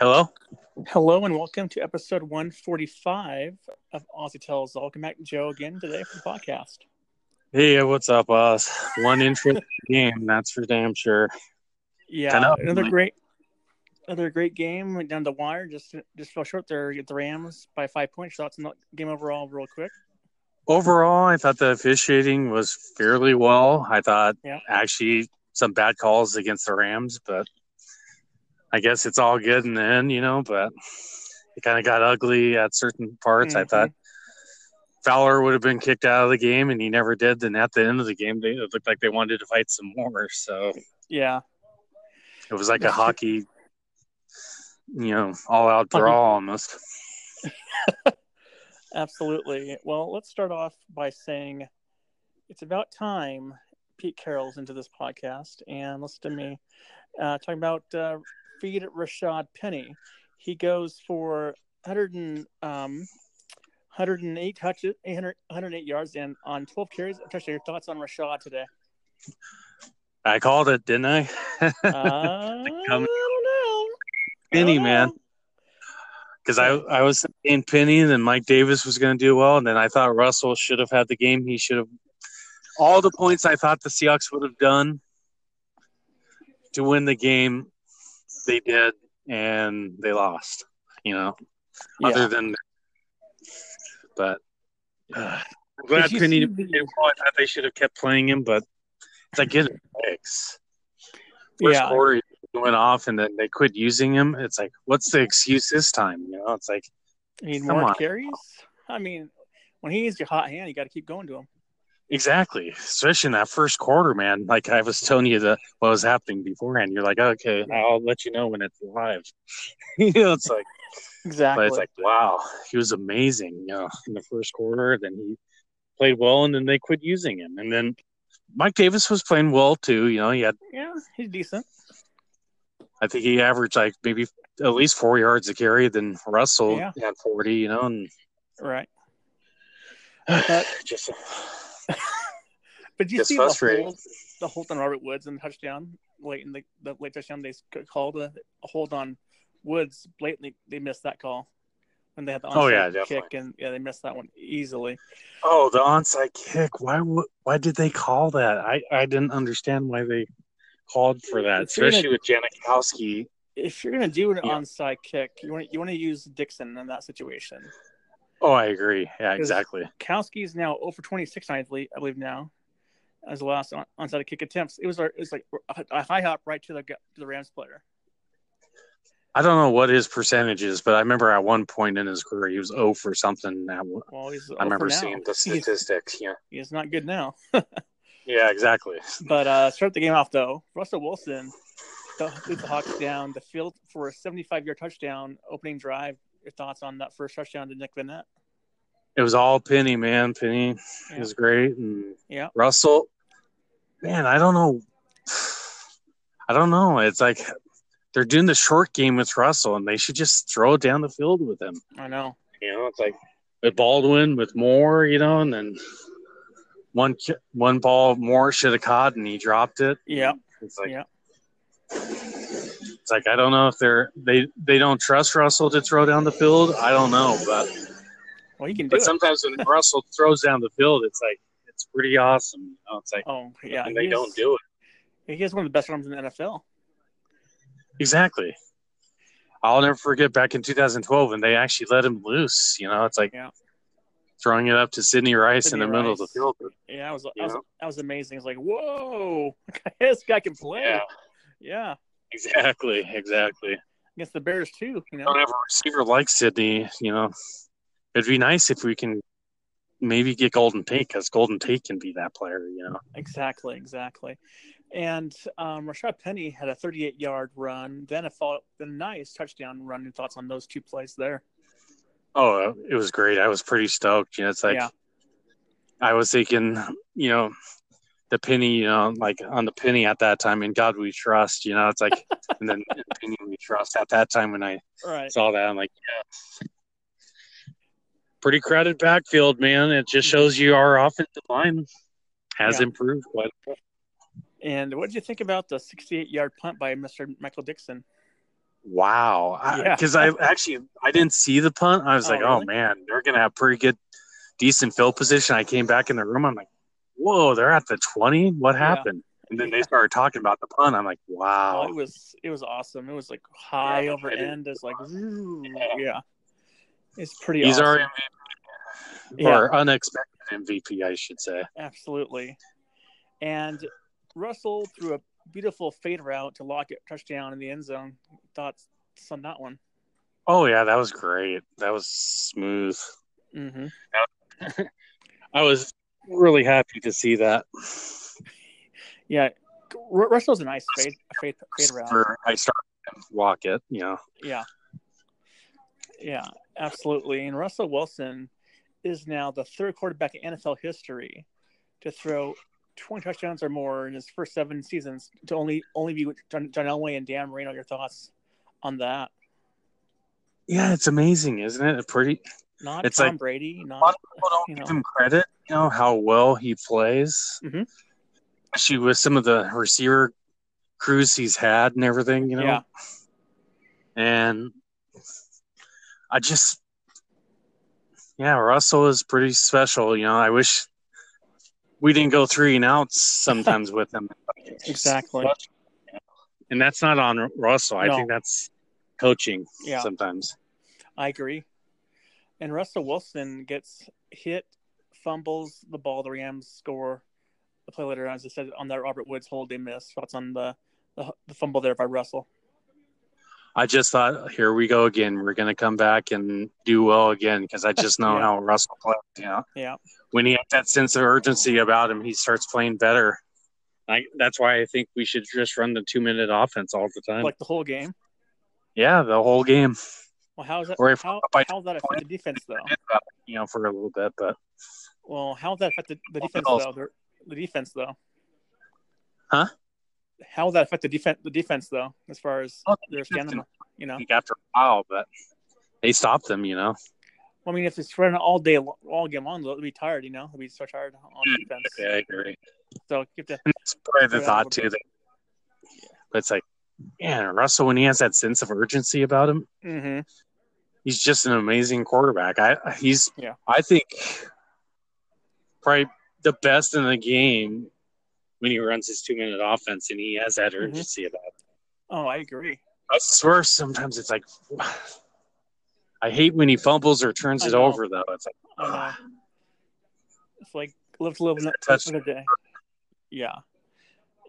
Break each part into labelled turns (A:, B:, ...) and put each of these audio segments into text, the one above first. A: Hello.
B: Hello and welcome to episode 145 of Aussie Tells All. Welcome back, Joe, again today for the podcast.
A: Hey, what's up, Oz? One intro game, that's for damn sure.
B: Yeah,
A: Hello.
B: another great, another great game. Went down the wire, just just fell short there. at The Rams by five points. Thoughts on the game overall, real quick.
A: Overall, I thought the officiating was fairly well. I thought
B: Yeah.
A: actually some bad calls against the Rams, but I guess it's all good in the end, you know. But it kind of got ugly at certain parts. I
B: Mhm.
A: thought Fowler would have been kicked out of the game, and he never did. And at the end of the game, they, it looked like they wanted to fight some more. So
B: Yeah,
A: it was like a hockey, you know, all out
B: Hockey.
A: draw almost.
B: absolutely. Well, let's start off by saying it's about time Pete Carroll's into this podcast and listen to me uh, talking about uh, feed Rashad Penny. He goes for 100 and, um, 108 touches, 800 108 yards, and on 12 carries. Touchdown. Your thoughts on Rashad today?
A: I called it, didn't I?
B: Uh, I don't know. I
A: Penny,
B: don't
A: man.
B: know.
A: Because I, I was thinking Penny, and then Mike Davis was going to do well, and then I thought Russell should have had the game. He should have all the points I thought the Seahawks would have done to win the game. They did, and they lost. You know,
B: Yeah.
A: other than, but uh, I'm glad
B: Did you
A: Penny
B: see
A: did
B: the-
A: well. I thought they should have kept playing him, but it's like getting picks. First
B: Yeah.
A: quarter he went off, and then they quit using him. It's like, what's the excuse this time? You know, it's like.
B: Need
A: Come
B: more
A: on.
B: carries? I mean, when he needs your hot hand, you got to keep going to him.
A: Exactly, especially in that first quarter, man. Like I was telling you, the what was happening beforehand. You're like, okay, I'll let you know when it's live. you know, it's like, but
B: Exactly.
A: it's like, wow, he was amazing. You know, in the first quarter, then he played well, and then they quit using him. And then Mike Davis was playing well too. You know, he had,
B: yeah, he's decent.
A: I think he averaged like maybe at least four yards a carry. Then Russell
B: Yeah.
A: had forty. You know, and
B: Right. But-
A: just
B: But did you
A: It's
B: see the
A: frustrating.
B: hold, the hold on Robert Woods and touchdown late in the, the late touchdown they sc- called a a hold on Woods blatantly they missed that call when they had the
A: Oh, yeah,
B: onside kick
A: definitely.
B: and yeah they missed that one easily.
A: Oh, the onside kick. Why would why did they call that? I I didn't understand why they called for that,
B: It's really-
A: especially with Janikowski.
B: If you're gonna do an
A: Yeah.
B: onside kick, you want you want to use Dixon in that situation.
A: Oh, I agree. Yeah,
B: 'Cause-
A: exactly.
B: Kowski's now over 26, I believe, I believe now, as the last on, onside kick attempts. It was our, it was like a- a high hop right to the gu- to the Rams player.
A: I don't know what his percentage is, but I remember at one point in his career he was 0 for something. I,
B: Well, he's oh
A: I remember
B: now.
A: seeing the
B: He's-
A: statistics. Yeah.
B: He's not good now.
A: Yeah, exactly.
B: But uh, start the game off though. Russell Wilson th- leads the Hawks down the field for a 75-yard touchdown opening drive. Your thoughts on that first touchdown to Nick Vinette?
A: It was all Penny, man. Penny
B: Yeah.
A: was great, and
B: Yeah.
A: Russell, man, I don't know. I don't know. It's like they're doing the short game with Russell, and they should just throw it down the field with him.
B: I know.
A: You know, it's like with Baldwin, with Moore, you know, and then one ki- one ball Moore should have caught, and he dropped it.
B: Yeah,
A: It's like,
B: Yeah.
A: it's like I don't know if they're they they don't trust Russell to throw down the field. I don't know, but
B: well, he can do
A: but
B: it.
A: sometimes when Russell throws down the field, it's like it's pretty awesome. You know, it's like
B: oh yeah,
A: and they
B: he's-
A: don't do it
B: He has one of the best arms in the NFL.
A: exactly. I'll never forget back in 2012 when they actually let him loose. You know, it's like
B: Yeah.
A: throwing it up to Sidney Rice
B: Sidney
A: in the middle of the
B: Rice.
A: field.
B: Yeah, I was, I
A: Yeah.
B: was, I was amazing. It's like, whoa, this guy can play.
A: Yeah,
B: Yeah.
A: exactly, exactly.
B: against the Bears too. You know,
A: don't have a receiver like Sidney. You know, it'd be nice if we can maybe get Golden Tate because Golden Tate can be that player. You know,
B: exactly, exactly. And um, Rashad Penny had a 38-yard run, then a fall, then a nice touchdown run. Your thoughts on those two plays there?
A: oh, it was great. I was pretty stoked. You know, it's like
B: Yeah.
A: I was thinking, you know, the penny, you know, like on the penny at that time, in God we trust. You know, it's like, and then in penny we trust at that time when I
B: All right.
A: saw that. I'm like, yeah. Pretty crowded backfield, man. It just shows you our offensive line has
B: Mm-hmm. Yeah.
A: improved quite a bit.
B: And what did you think about the 68-yard punt by Mr. Michael Dixon?
A: wow.
B: Yeah.
A: Because I, actually I didn't see the punt. I was
B: Oh,
A: like, oh
B: really?
A: man, they're gonna have pretty good, decent field position. I came back in the room. I'm like, whoa, they're at the twenty. What
B: Yeah.
A: happened? And then they started talking about the punt. I'm like,
B: Oh,
A: wow.
B: it was it was awesome. It was like high
A: Yeah,
B: over
A: it is.
B: end. It's like yeah. it's pretty.
A: He's
B: awesome.
A: our MVP,
B: yeah,
A: or unexpected MVP, I should say.
B: absolutely. And Russell threw a beautiful fade route to lock it touchdown in the end zone. Thoughts on that one?
A: Oh yeah, that was great. That was smooth.
B: Mm-hmm.
A: I was really happy to see that.
B: Yeah, Ru- Russell's a nice fade fade, fade route.
A: For- I started to walk it, you know.
B: Yeah. Yeah, absolutely. And Russell Wilson is now the third quarterback in NFL history to throw 20 touchdowns or more in his first seven seasons to only only be with John, John Elway and Dan Marino. Your thoughts on that?
A: Yeah, it's amazing, isn't it? A pretty
B: Not
A: It's
B: Tom
A: like-
B: Brady. Not
A: lot people don't
B: You
A: give
B: know.
A: him credit, you know, how well he plays.
B: Mhm.
A: Especially with some of the receiver crews he's had and everything, you know.
B: yeah,
A: And I just yeah, Russell is pretty special, you know. I wish we didn't go three and outs sometimes with him.
B: exactly.
A: And that's not on Russell. I
B: No.
A: think that's coaching
B: Yeah.
A: sometimes.
B: I agree. And Russell Wilson gets hit, fumbles the ball. The Rams score the play later on, as I said, on that Robert Woods hold they missed. Thoughts on the, the the fumble there by Russell?
A: I just thought, here we go again. We're going to come back and do well again because I just know
B: Yeah.
A: how Russell plays. You know,
B: Yeah.
A: when he has that sense of urgency about him, he starts playing better. I, that's why I think we should just run the two minute offense all the time.
B: like the whole game.
A: yeah, the whole game,
B: Well, how's that?
A: Or if-
B: how
A: if I-
B: how that affect the defense though?
A: you know, for a little bit. But
B: Well, how that affect the, the defense
A: Bills.
B: though? They're- The defense though.
A: Huh?
B: How that affect the defense? The defense though, as far as
A: Oh,
B: their
A: defense
B: stamina, you know.
A: I think after a while, but they stopped them, you know.
B: I mean, if it's running all day, lo- all game long, they'll be tired. You know, they'll be so tired on
A: Mm,
B: defense.
A: Yeah, I agree.
B: So you have to
A: And that's part of the
B: Yeah,
A: thought,
B: a
A: too.
B: little
A: That, but it's like, man, Russell, when he has that sense of urgency about him,
B: hmm
A: he's just an amazing quarterback. I he's
B: Yeah.
A: I think probably the best in the game when he runs his two minute offense and he has
B: Mm-hmm.
A: that urgency about it.
B: Oh, I agree.
A: I swear sometimes it's like I hate when he fumbles or turns
B: I
A: it
B: know.
A: over though. It's like
B: I know. It's like live to live
A: It's a touch-
B: another day. Yeah.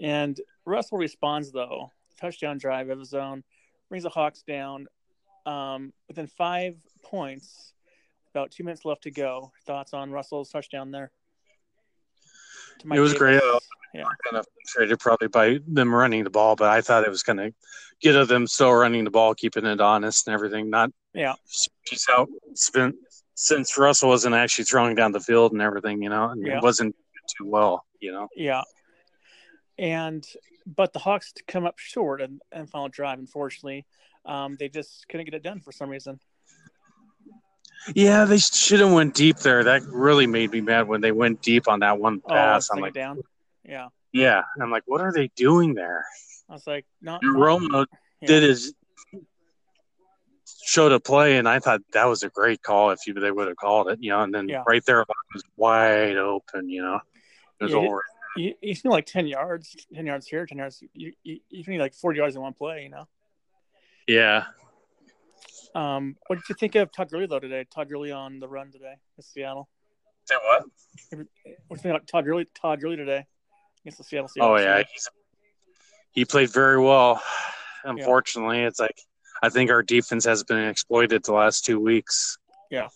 B: And Russell responds though. Touchdown drive of his own, brings the Hawks down. Um, within five points, about two minutes left to go. Thoughts on Russell's touchdown there? To Mike
A: It was great.
B: Yeah.
A: kind of frustrated probably by them running the ball, but I thought it was gonna get at them still running the ball, keeping it honest and everything, not
B: Yeah.
A: just out spent since Russell wasn't actually throwing down the field and everything, you know, and
B: Yeah.
A: it wasn't too well, you know.
B: Yeah. And but the Hawks come up short and, and final drive, unfortunately. Um, they just couldn't get it done for some reason.
A: Yeah, they should have went deep there. That really made me mad when they went deep on that one
B: Oh,
A: pass. I'm
B: second
A: like,
B: down. Yeah.
A: yeah, And I'm like, what are they doing there?
B: I was like, not,
A: And
B: not-
A: Romo
B: yeah.
A: did his showed a play, and I thought that was a great call if you, they would have called it, you know. And then
B: Yeah.
A: right there, it was wide open, you know. It was
B: Yeah,
A: over.
B: You, you just need like ten yards, ten yards here, ten yards. You, you, you need like forty yards in one play, you know.
A: Yeah,
B: Um, what did you think of Todd Gurley though today? Todd Gurley on the run today in Seattle.
A: Say what?
B: What do you think about Todd Gurley? Todd Gurley today against the Seattle Seahawks.
A: Oh yeah, he's he played very well. Unfortunately, it's like I think our defense has been exploited the last two weeks.
B: Yeah.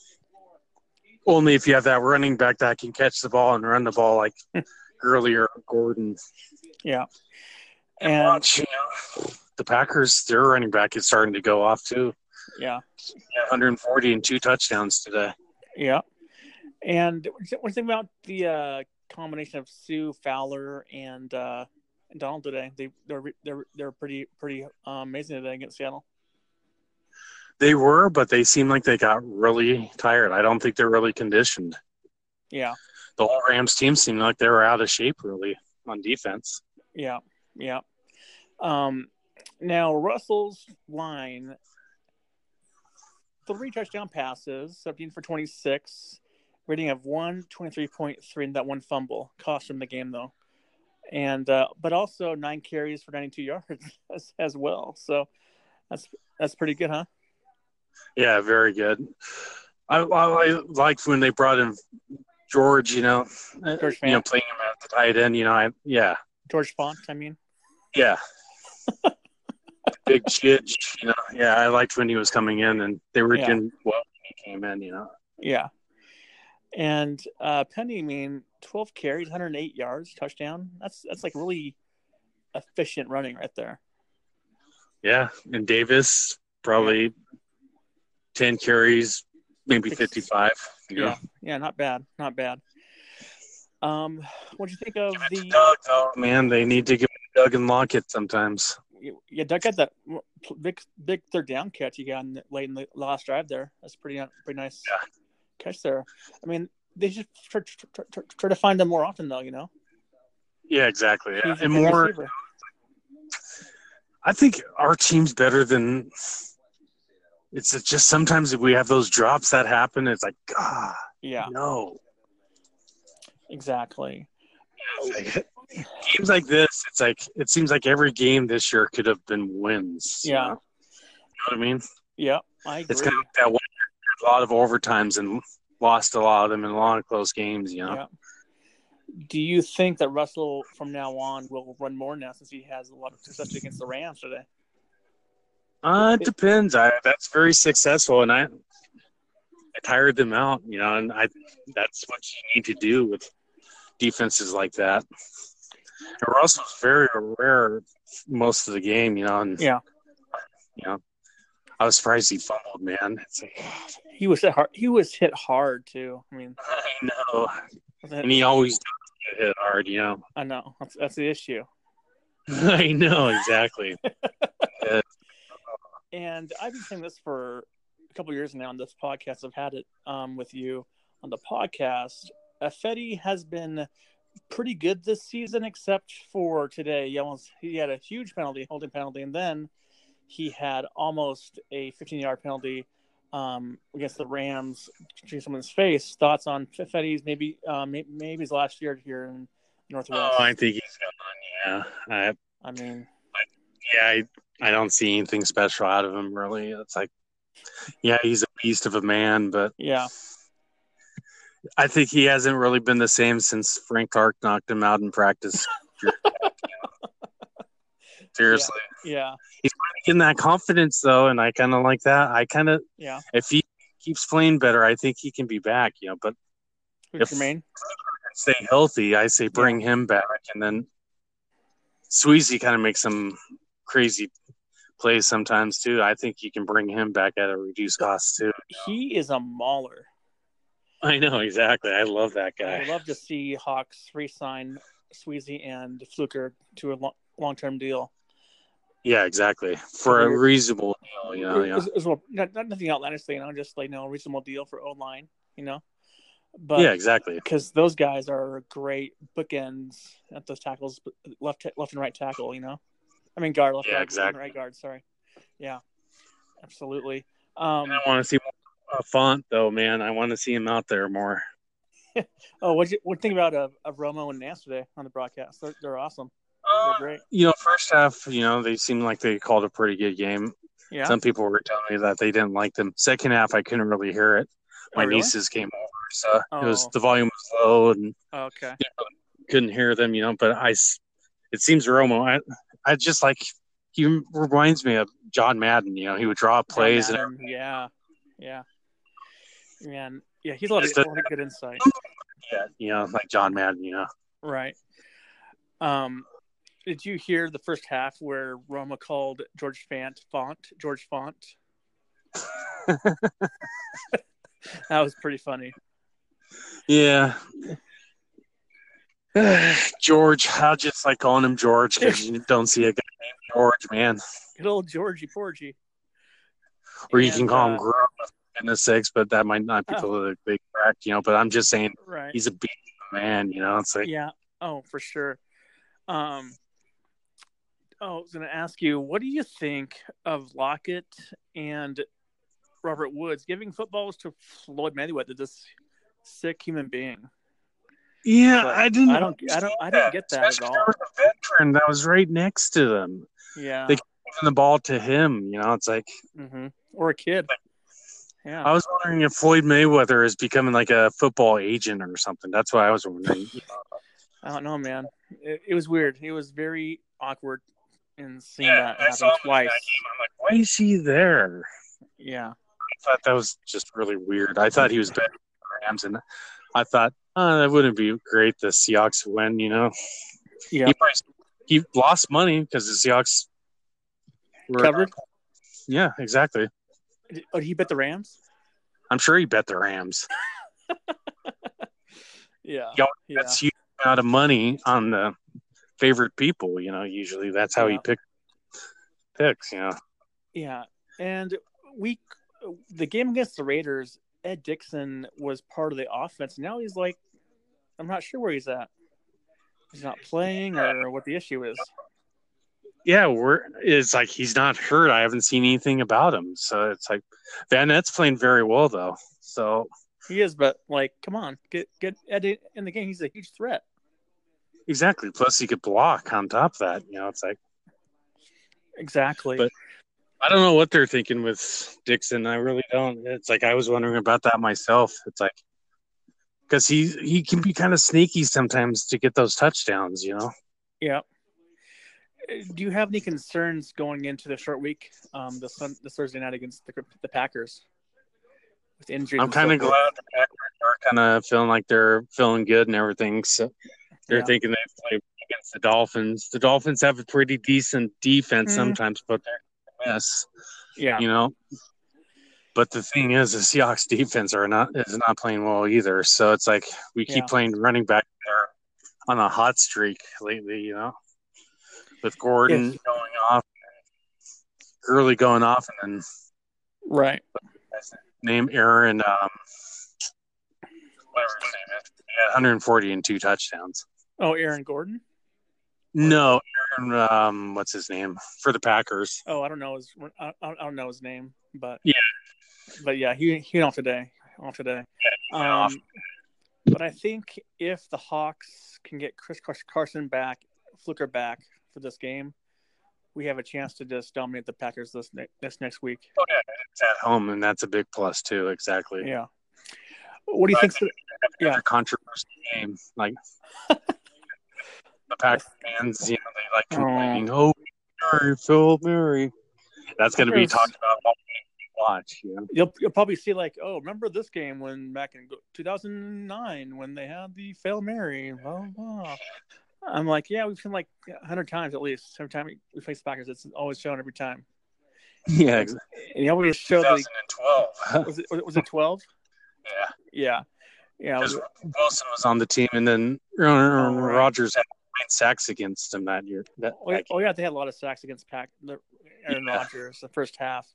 A: Only if you have that running back that can catch the ball and run the ball like Gurley or Gordon.
B: and
A: Watch, you know, the Packers, their running back is starting to go off too.
B: yeah,
A: 140 and two touchdowns today.
B: yeah. And what do you think about the uh, combination of Sue Fowler and uh, and Donald today? They they're they're they're pretty pretty uh, amazing today against Seattle.
A: They were, but they seem like they got really tired. I don't think they're really conditioned.
B: Yeah.
A: The whole Rams team seemed like they were out of shape really on defense.
B: Yeah, yeah. Um, Now Russell's line: three touchdown passes, seventeen for twenty-six, rating of one twenty-three point three, and that one fumble cost him the game though. And uh, but also nine carries for ninety-two yards as, as well. So that's that's pretty good, huh?
A: Yeah, very good. I, I, I liked when they brought in George. You know,
B: George
A: you know,
B: Fant.
A: playing him at the tight end. You know, I yeah,
B: George Font, I mean.
A: yeah. Big chitch, you know. Yeah, I liked when he was coming in, and they were
B: Yeah.
A: doing well when he came in. You know,
B: Yeah. And uh, Penny, I mean, 12 carries, 108 yards, touchdown. That's that's like really efficient running right there.
A: yeah. And Davis probably ten carries, maybe
B: Six.
A: fifty-five. You know.
B: Yeah, yeah, not bad, not bad. Um, what'd you think of the?
A: Doug, oh man, they need to give Doug and Lockett sometimes.
B: Yeah, Doug got that big big third down catch he got in the, late in the last drive there. That's pretty uh, pretty nice
A: Yeah.
B: catch there. I mean, they should try, try, try, try to find them more often though. You know,
A: Yeah, exactly. Yeah.
B: He's a
A: And
B: good
A: more,
B: receiver.
A: I think our team's better than. It's just sometimes we have those drops that happen. It's like, God,
B: Yeah,
A: no.
B: exactly.
A: It's like- games like this, it's like it seems like every game this year could have been wins.
B: Yeah.
A: you know what I mean?
B: Yep, I agree.
A: It's kind of like that one year, a lot of overtimes and lost a lot of them in long close games. You know,
B: Yeah. Do you think that Russell from now on will run more now since he has a lot of success against the Rams today?
A: uh, it depends. I, that's very successful, and I. I tired them out, you know, and I that's what you need to do with defenses like that. And Russell's very rare most of the game, you know, and
B: Yeah.
A: you know, I was surprised he fumbled, man. It's like,
B: He was hit hard. He was hit hard too. I mean,
A: I know,
B: that-
A: and he always does get hit hard, you know.
B: I know that's, that's the issue.
A: I know exactly.
B: And I've been saying this for a couple years now on this podcast. I've had it um, with you on the podcast. Effetti has been pretty good this season, except for today. He almost he had a huge penalty, holding penalty, and then he had almost a 15-yard penalty um, against the Rams, shooting someone's face. Thoughts on Effetti's maybe uh, may- maybe his last year here in Northwest?
A: Oh, I think he's gone. Yeah, I,
B: I mean,
A: yeah, I, I don't see anything special out of him really. It's like, yeah, he's a beast of a man, but
B: yeah,
A: I think he hasn't really been the same since Frank Clark knocked him out in practice. Seriously,
B: yeah,
A: getting that confidence though, and I kind of like that. I kind of,
B: yeah.
A: if he keeps playing better, I think he can be back. You know, but
B: Who's
A: If-
B: Jermaine?
A: stay healthy, I say bring him back, and then Sweezy kind of makes some crazy plays sometimes too. I think you can bring him back at a reduced cost too.
B: He is a mauler.
A: I know exactly. I love that
B: I
A: guy.
B: would love to see Hawks re-sign Sweezy and Fluker to a long, long-term deal.
A: Yeah, exactly. For a reasonable, deal, you know, yeah,
B: It's- it's well- not, not nothing outlandish, you know, just like no reasonable deal for O line, you know. But
A: yeah, exactly.
B: because those guys are great bookends at those tackles, left left and right tackle. You know, I mean guard, left
A: Yeah,
B: guard,
A: exactly.
B: right guard. Sorry, yeah, absolutely.
A: I
B: Um,
A: want to see more uh, Font though, man. I want to see him out there more.
B: oh, what you what think about of, of Romo and Nance today on the broadcast? They're, they're awesome. They're great.
A: You know, first half, you know, they seemed like they called a pretty good game.
B: Yeah.
A: Some people were telling me that they didn't like them. Second half, I couldn't really hear it.
B: Oh,
A: my
B: really?
A: nieces came over, so it was
B: Oh.
A: the volume was low and
B: Oh, okay.
A: couldn't hear them, you know. But I, s- it seems Romo, I, I just like he reminds me of John Madden. You know, he would draw
B: John
A: plays and
B: Madden, Oh, yeah, yeah, man, yeah. He's a lot of,
A: Just a-
B: a lot of good insight,
A: everything, you know, like John Madden. You know,
B: right? Um, did you hear the first half where Roma called George Fant Font George Font? that was pretty funny.
A: yeah. George, I just like calling him George because you don't see a guy named George, man,
B: Good old Georgie Porgy.
A: or you can
B: And,
A: call him
B: uh,
A: Grum in the six, but that might not be
B: Oh.
A: totally big correct, you know. But I'm just saying
B: uh, right.
A: he's a beast of a man, you know. It's like
B: yeah. Oh, for sure. Um, Oh, I was going to ask you, what do you think of Lockett and Robert Woods giving footballs to Floyd Mayweather, this sick human being?
A: Yeah,
B: But
A: I didn't.
B: I don't, I don't, I don't get that at
A: Especially
B: all.
A: there was a veteran that was right next to them,
B: Yeah.
A: They- giving the ball to him. You know, it's like
B: hmm Or a kid. Yeah.
A: I was wondering if Floyd Mayweather is becoming like a football agent or something. That's what I was wondering.
B: I don't know, man. It, it was weird. It was very awkward and seeing
A: Yeah,
B: that
A: I
B: happen
A: saw him in the
B: twice.
A: I'm like, why is he there?
B: Yeah.
A: I thought that was just really weird. I thought he was better than the Rams, and I thought oh, that wouldn't be great. The Seahawks win, you know.
B: Yeah.
A: He, probably, he lost money because the Seahawks were-
B: Covered.
A: Yeah, exactly.
B: Oh, he bet the Rams?
A: I'm sure he bet the Rams.
B: Yeah.
A: Yeah.
B: Yeah.
A: That's huge amount of money on the favorite people. You know, usually that's how he
B: Yeah.
A: pick picks. You know,
B: Yeah. And we, the game against the Raiders, Ed Dixon was part of the offense. Now he's like, I'm not sure where he's at. He's not playing or what the issue is.
A: yeah, we're it's like he's not hurt. I haven't seen anything about him, so it's like Van Nett's playing very well though. So
B: He is, but like, come on, get get Ed in the game. He's a huge threat.
A: Exactly. Plus, he could block on top of that. You know, it's like
B: Exactly.
A: But- I don't know what they're thinking with Dixon. I really don't. It's like I was wondering about that myself. It's like because he he can be kind of sneaky sometimes to get those touchdowns. You know,
B: yeah. Do you have any concerns going into the short week, um, this Sun- this Thursday night against the the Packers with injuries?
A: I'm
B: and so
A: kind of
B: forth?
A: glad the Packers are kind of feeling like they're feeling good and everything. So they're
B: Yeah.
A: thinking they play against the Dolphins. The Dolphins have a pretty decent defense
B: Mhm.
A: sometimes, but they're a mess.
B: Yeah.
A: You know. But the thing is, the Seahawks defense are not is not playing well either. So it's like we keep
B: Yeah.
A: playing running back there on a hot streak lately. You know, with Gordon
B: Yes.
A: going off, Gurley going off, and
B: Right.
A: then name Aaron. Um, whatever his name is, he had 140 and two touchdowns.
B: Oh, Aaron Gordon.
A: No, Aaron. Um, what's his name for the Packers?
B: Oh, I don't know his I, I don't know his name, but
A: Yeah.
B: but yeah, he he went off today, off today.
A: went off.
B: Um, but I think if the Hawks can get Chris Car- Carson back, Flicker back for this game, we have a chance to just dominate the Packers this ne- this next week.
A: Oh yeah, it's at home, and that's a big plus too. Exactly.
B: Yeah. What do you think? Yeah.
A: yeah. controversy game. Like the Packers fans, you know, they like complaining, "Oh, Murray, Phil Murray." That's going to be
B: Yes.
A: talked about all game you watch. You know?
B: You'll, you'll probably see like, oh, remember this game when back in 2009 when they had the fail Mary, blah blah. I'm like, yeah, we've seen like 100 times at least. Every time we face the Packers, it's always shown every time.
A: Yeah,
B: And you always show the
A: 2012.
B: was it was it 12?
A: yeah,
B: Yeah, yeah.
A: because Wilson was on the team, and then Aaron
B: right.
A: Rodgers had nine sacks against him that year. That,
B: Oh yeah, oh, yeah, they had a lot of sacks against Pack the- Aaron
A: Yeah.
B: Rodgers the first half.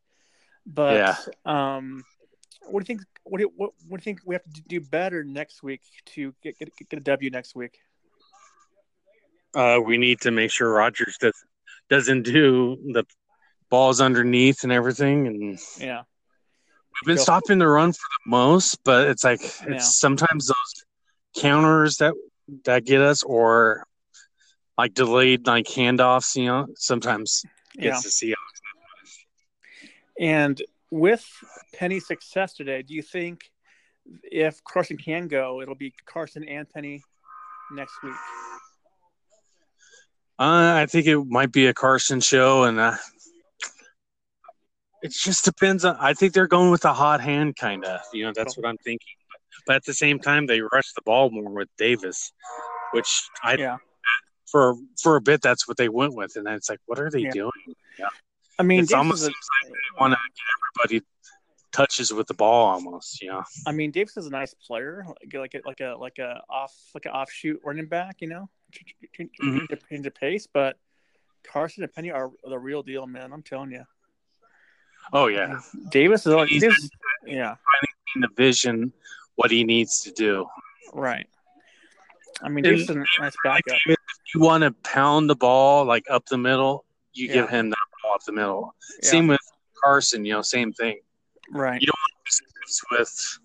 B: But um, what do you think? What do you, what, what do you think we have to do better next week to get get, get a W next week?
A: uh, we need to make sure Rodgers does, doesn't do the balls underneath and everything, and
B: Yeah,
A: We've been
B: Go.
A: stopping the run for the most, but it's like it's
B: Yeah.
A: sometimes those counters that that get us or like delayed like handoffs, you know, sometimes
B: yeah.
A: gets to see
B: And with Penny's success today, do you think if Carson can go, it'll be Carson and Penny next week?
A: Uh, I think it might be a Carson show, and uh, it just depends on. I think they're going with a hot hand, kind of. You know, that's what I'm thinking. But at the same time, they rush the ball more with Davis, which I
B: Yeah.
A: for for a bit that's what they went with, and then it's like, what are they
B: Yeah.
A: doing?
B: I mean,
A: It's
B: Davis
A: almost
B: is a-
A: want to get everybody touches with the ball almost, you know.
B: I mean, Davis is a nice player, like like a like a like a off like an offshoot running back, you know,
A: Mhm.
B: into pace. But Carson and Penny are the real deal, man. I'm telling you,
A: Oh yeah,
B: Davis is like,
A: He's-
B: Davis, yeah,
A: in the vision, what he needs to do.
B: right. I mean,
A: And-
B: Davis is a nice
A: Like,
B: backup.
A: if you want to pound the ball like up the middle, you
B: Yeah.
A: give him that ball up the middle.
B: Yeah.
A: Same with Carson, you know, same thing.
B: Right.
A: You Sweeps with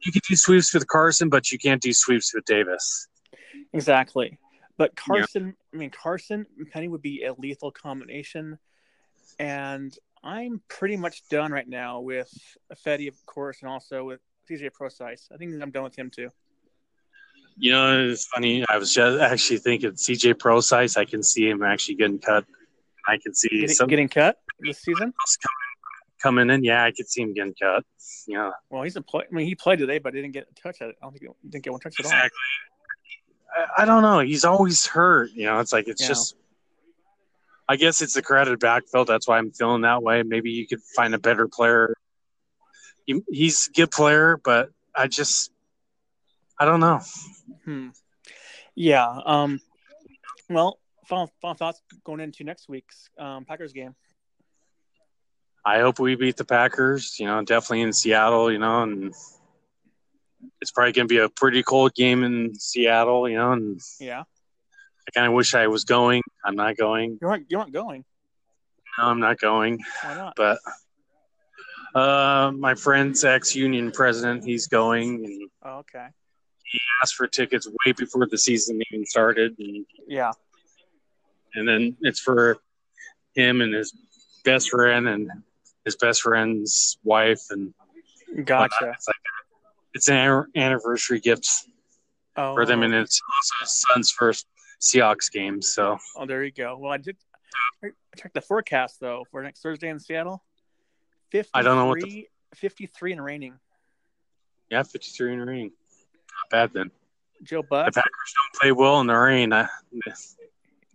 A: you can do sweeps with Carson, but you can't do sweeps with Davis.
B: Exactly. But
A: Yeah.
B: Carson, I mean, Carson and Penny would be a lethal combination. And I'm pretty much done right now with Fetty, of course, and also with CJ Procise. I think I'm done with him too.
A: You know, it's funny. I was just actually thinking CJ Pro size. I can see him actually getting cut. I can see
B: Getting,
A: something
B: getting cut this season?
A: else coming, coming in. Yeah, I could see him getting cut. Yeah,
B: Well, he's a play. I mean, he played today, but didn't get a touch. At it. I don't think he didn't get one touch at all.
A: exactly. I, I don't know. He's always hurt. You know, it's like it's
B: Yeah.
A: just. I guess it's the crowded backfield. That's why I'm feeling that way. Maybe you could find a better player. He, he's a good player, but I just, I don't know.
B: Hmm. Yeah. Um. Well, final, final thoughts going into next week's um, Packers game.
A: I hope we beat the Packers, you know, definitely in Seattle, you know, and it's probably going to be a pretty cold game in Seattle, you know, and
B: Yeah.
A: I kind of wish I was going. I'm not going.
B: You aren't. You aren't going.
A: No, I'm not going.
B: Why not?
A: But uh, my friend's ex union president, he's going and
B: Oh, okay.
A: asked for tickets way before the season even started. And,
B: Yeah.
A: and then it's for him and his best friend and his best friend's wife. And
B: Gotcha.
A: it's like, it's an an- anniversary gift
B: Oh,
A: for them, and it's also his son's first Seahawks game. So
B: oh, there you go. Well, I did I checked the forecast though for next Thursday in Seattle. Fifty.
A: I don't know what the-
B: Fifty-three and raining.
A: yeah, fifty-three in the rain. Not bad then.
B: Joe
A: The
B: Buck
A: Packers don't play well in the rain. I,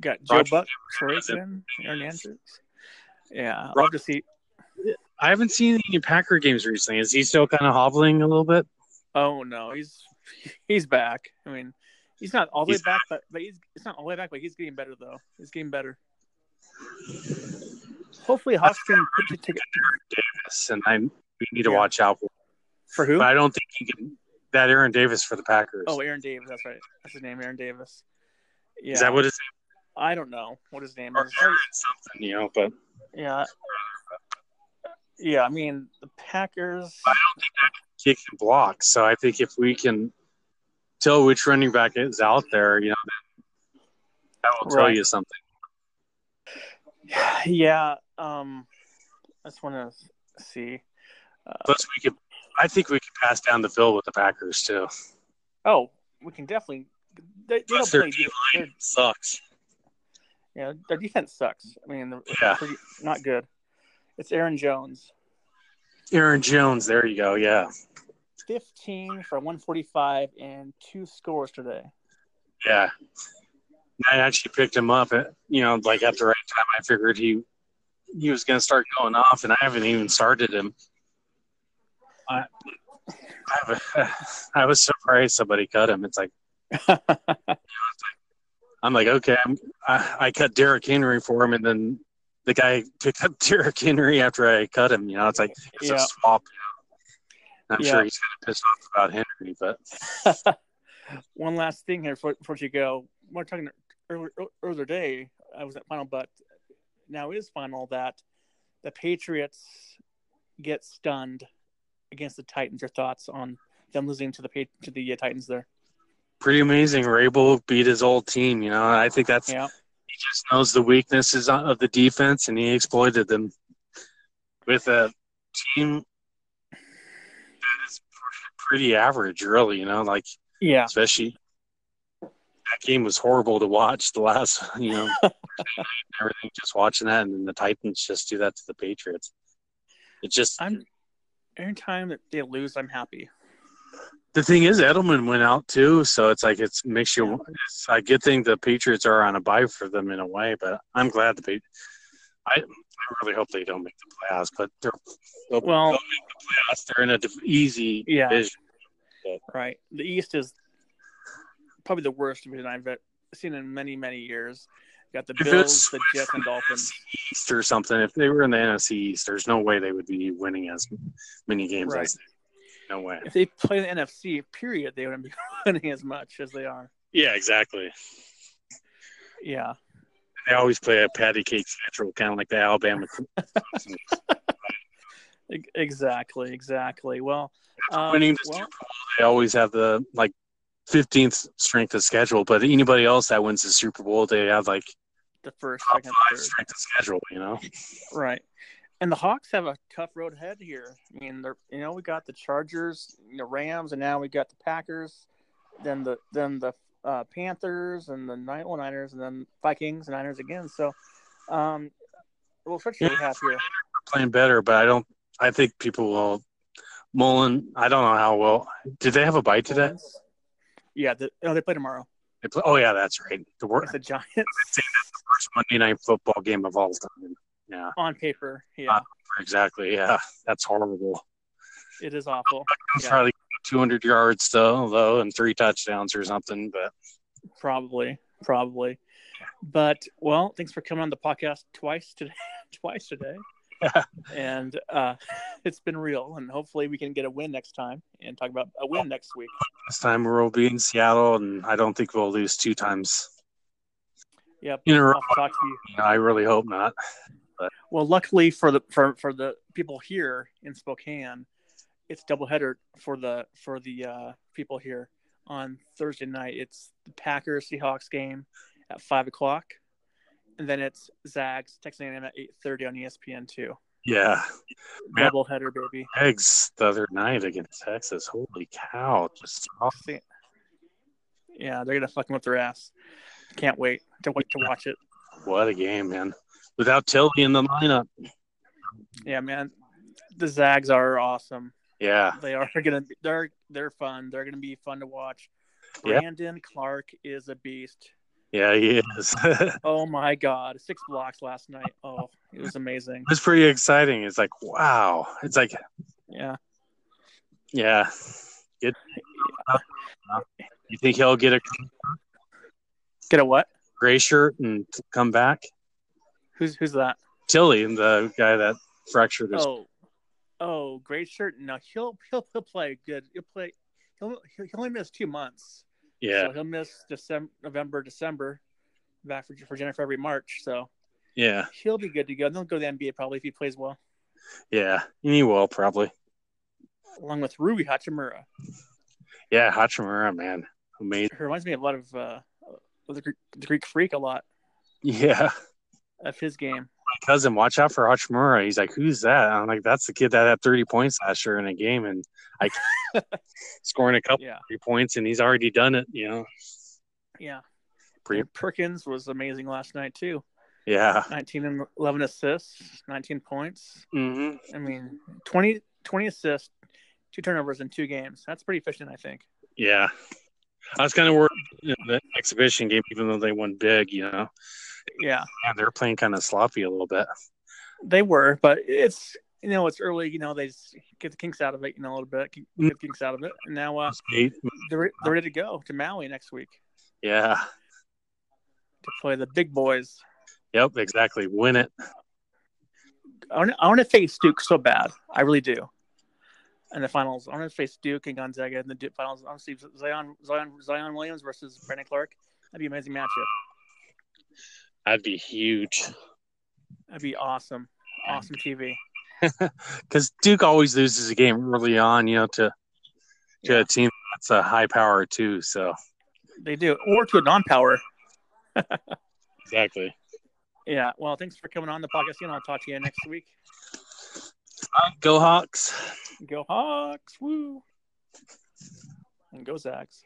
B: got Joe
A: Rogers-
B: Buck, Sorensen, Aaron Andrews. Yeah, I'll
A: Rog-
B: have to see.
A: I haven't seen any Packer games recently. Is he still kind of hobbling a little bit?
B: Oh no, he's he's back. I mean, he's not all the
A: He's
B: way back, but, but he's it's not all the way back, but he's getting better though. He's getting better. Hopefully, Hoskin put it together
A: Davis, and I we need to
B: Yeah.
A: watch out. for-
B: for who?
A: But I don't think he can. That Aaron Davis for the Packers.
B: Oh, Aaron Davis. That's right. That's his name, Aaron Davis. Yeah,
A: Is that what it's
B: I don't know what his name
A: or
B: is.
A: Aaron something? You know, but
B: Yeah, yeah. I mean, the Packers.
A: he can block. So I think if we can tell which running back is out there, you know, that will tell
B: Right.
A: you something.
B: Yeah. Um, I just want to see. Uh,
A: Plus, we could. I think we could pass down the field with the Packers too.
B: oh, we can definitely. They, they don't
A: Plus, their
B: play.
A: D
B: def- they're-
A: line sucks.
B: Yeah, their defense sucks. I mean, they're
A: Yeah.
B: pretty, not good. It's Aaron Jones,
A: Aaron Jones. There you go. Yeah,
B: 15 for 145 and two scores today.
A: yeah. I actually picked him up. At, you know, like at the right time. I figured he he was going to start going off, and I haven't even started him. I, I, was- I was surprised somebody cut him. It's like I'm like, okay, I'm, I, I cut Derrick Henry for him, and then the guy picked up Derrick Henry after I cut him. You know, it's like it's
B: Yeah.
A: a swap. And I'm
B: Yeah.
A: sure he's kind of pissed off about Henry, but
B: One last thing here before, before you go. We were talking earlier, earlier day, I was at final, but now it is final that the Patriots get stunned against the Titans. Your thoughts on them losing to the Pa- to the uh, Titans there?
A: pretty amazing. Rabel beat his old team. You know, I think that's
B: Yeah.
A: he just knows the weaknesses of the defense, and he exploited them with a team that is pretty average, really. You know, like
B: Yeah.
A: especially that game was horrible to watch the last you know everything just watching that and then the titans just do that to the patriots it just
B: I'm every time that they lose, I'm happy.
A: the thing is edelman went out too so it's like it's makes
B: Yeah.
A: you it's a good thing the patriots are on a bye for them in a way but i'm glad the Pat- I, I really hope they don't make the playoffs but they're they'll,
B: Well-
A: they'll make the playoffs they're in a div- easy
B: Yeah.
A: division.
B: Right. The East is probably the worst division I've e- seen in many, many years. You got the
A: If
B: Bills,
A: it's-
B: the Jets, and Dolphins.
A: east or something if they were in the nfc east there's no way they would be winning as many games
B: Right.
A: as they no way
B: If they play the NFC, period, they wouldn't be winning as much as they are.
A: Yeah, exactly.
B: Yeah.
A: They always play a patty cake central, kind of like the Alabama.
B: E- Exactly, exactly. Well, um,
A: Winning the
B: well,
A: Super Bowl, they always have the like 15th strength of schedule. But anybody else that wins the Super Bowl, they have like
B: the first,
A: top
B: second,
A: five
B: third.
A: strength of schedule. You know,
B: Right. And the Hawks have a tough road ahead here. I mean, they're you know we got the Chargers, the Rams, and now we got the Packers, then the then the uh, Panthers and the Nine One Niners, and then Vikings and Niners again. So, um, well, first we have here.
A: playing better, but I don't. I think people will. Mullen, I don't know how well. Did they have a bite today?
B: Lions. Yeah, the, oh, they play tomorrow.
A: They play, oh yeah, that's right. The
B: It's
A: worst,
B: the Giants
A: worst Monday night football game of all time. Yeah,
B: on paper. Yeah,
A: exactly. Yeah, that's horrible.
B: it is awful. Yeah.
A: Probably 200 yards though, though, and three touchdowns or something. But
B: Probably, probably. But well, thanks for coming on the podcast twice today. twice today.
A: Yeah.
B: And uh, it's been real, and hopefully we can get a win next time and talk about a win next week.
A: this time we'll be in Seattle, and I don't think we'll lose two times
B: Yep.
A: in a row.
B: I'll talk to you.
A: I really hope not.
B: Well, luckily for the for, for the people here in Spokane, it's doubleheader for the for the uh, people here on Thursday night. It's the Packers Seahawks game at five o'clock, and then it's Zags Texas A&M at eight thirty on E ESPN two.
A: Yeah, Yeah.
B: Double header, baby.
A: eggs the other night against Texas. Holy cow! Just off.
B: See- Yeah, they're gonna fucking whip their ass. Can't wait to wait to watch it.
A: what a game, man! Without Tilly in the lineup,
B: Yeah, man, the Zags are awesome.
A: yeah,
B: They are gonna be, they're they're fun. They're gonna be fun to watch.
A: Yeah.
B: Brandon Clark is a beast.
A: yeah, he is. it
B: Oh my god, six blocks last night. Oh, it was amazing.
A: was pretty exciting. It's like wow. It's like
B: Yeah,
A: yeah. Good. You think he'll get a
B: get a what?
A: gray shirt and come back?
B: Who's who's that?
A: Tilly, the guy that fractured his.
B: Oh, oh, great shirt. No, he'll he'll he'll play good. He'll play. He'll he'll he'll only miss two months.
A: yeah,
B: So he'll miss December, November, December, back for, for January, February, March. So
A: yeah,
B: he'll be good to go. They'll go to the NBA probably if he plays well,
A: yeah. He will probably.
B: along with Rui Hachimura,
A: Yeah, Hachimura, man, amazing.
B: who reminds me of a lot of uh, of the, Greek, the Greek Freak a lot
A: Yeah.
B: of his game.
A: cousin, watch out for Hachimura. He's like, who's that? I'm like, that's the kid that had 30 points last year in a game, and I scoring a couple
B: Yeah,
A: three points, and he's already done it. You know,
B: yeah.
A: Pretty-
B: And Perkins was amazing last night too.
A: yeah,
B: 19 and 11 assists, 19 points.
A: hmm
B: I mean, 20, 20 assists, two turnovers in two games. That's pretty efficient, I think.
A: yeah. I was kind of worried in the exhibition game, even though they won big. You know,
B: Yeah.
A: yeah, they're playing kind of sloppy a little bit.
B: They were, but it's you know it's early. You know they just get the kinks out of it, you know a little bit, get the kinks out of it, and now uh, they're they're ready to go to Maui next week
A: Yeah.
B: to play the big boys.
A: Yep. Exactly. Win it.
B: I want I want to face Duke so bad. I really do. In the finals, I want to face Duke and Gonzaga in the Duke finals. Honestly, Zion Zion Zion Williams versus Brandon Clark. That'd be an amazing matchup.
A: That'd be huge.
B: That'd be awesome. Awesome TV.
A: Because Duke always loses a game early on. You know, to to
B: Yeah.
A: a team that's a high power too. So
B: They do, or to a non-power.
A: exactly.
B: Yeah. Well, thanks for coming on the podcast, and I'll talk to you next week.
A: Go Hawks.
B: Go Hawks! Woo! And go Zags.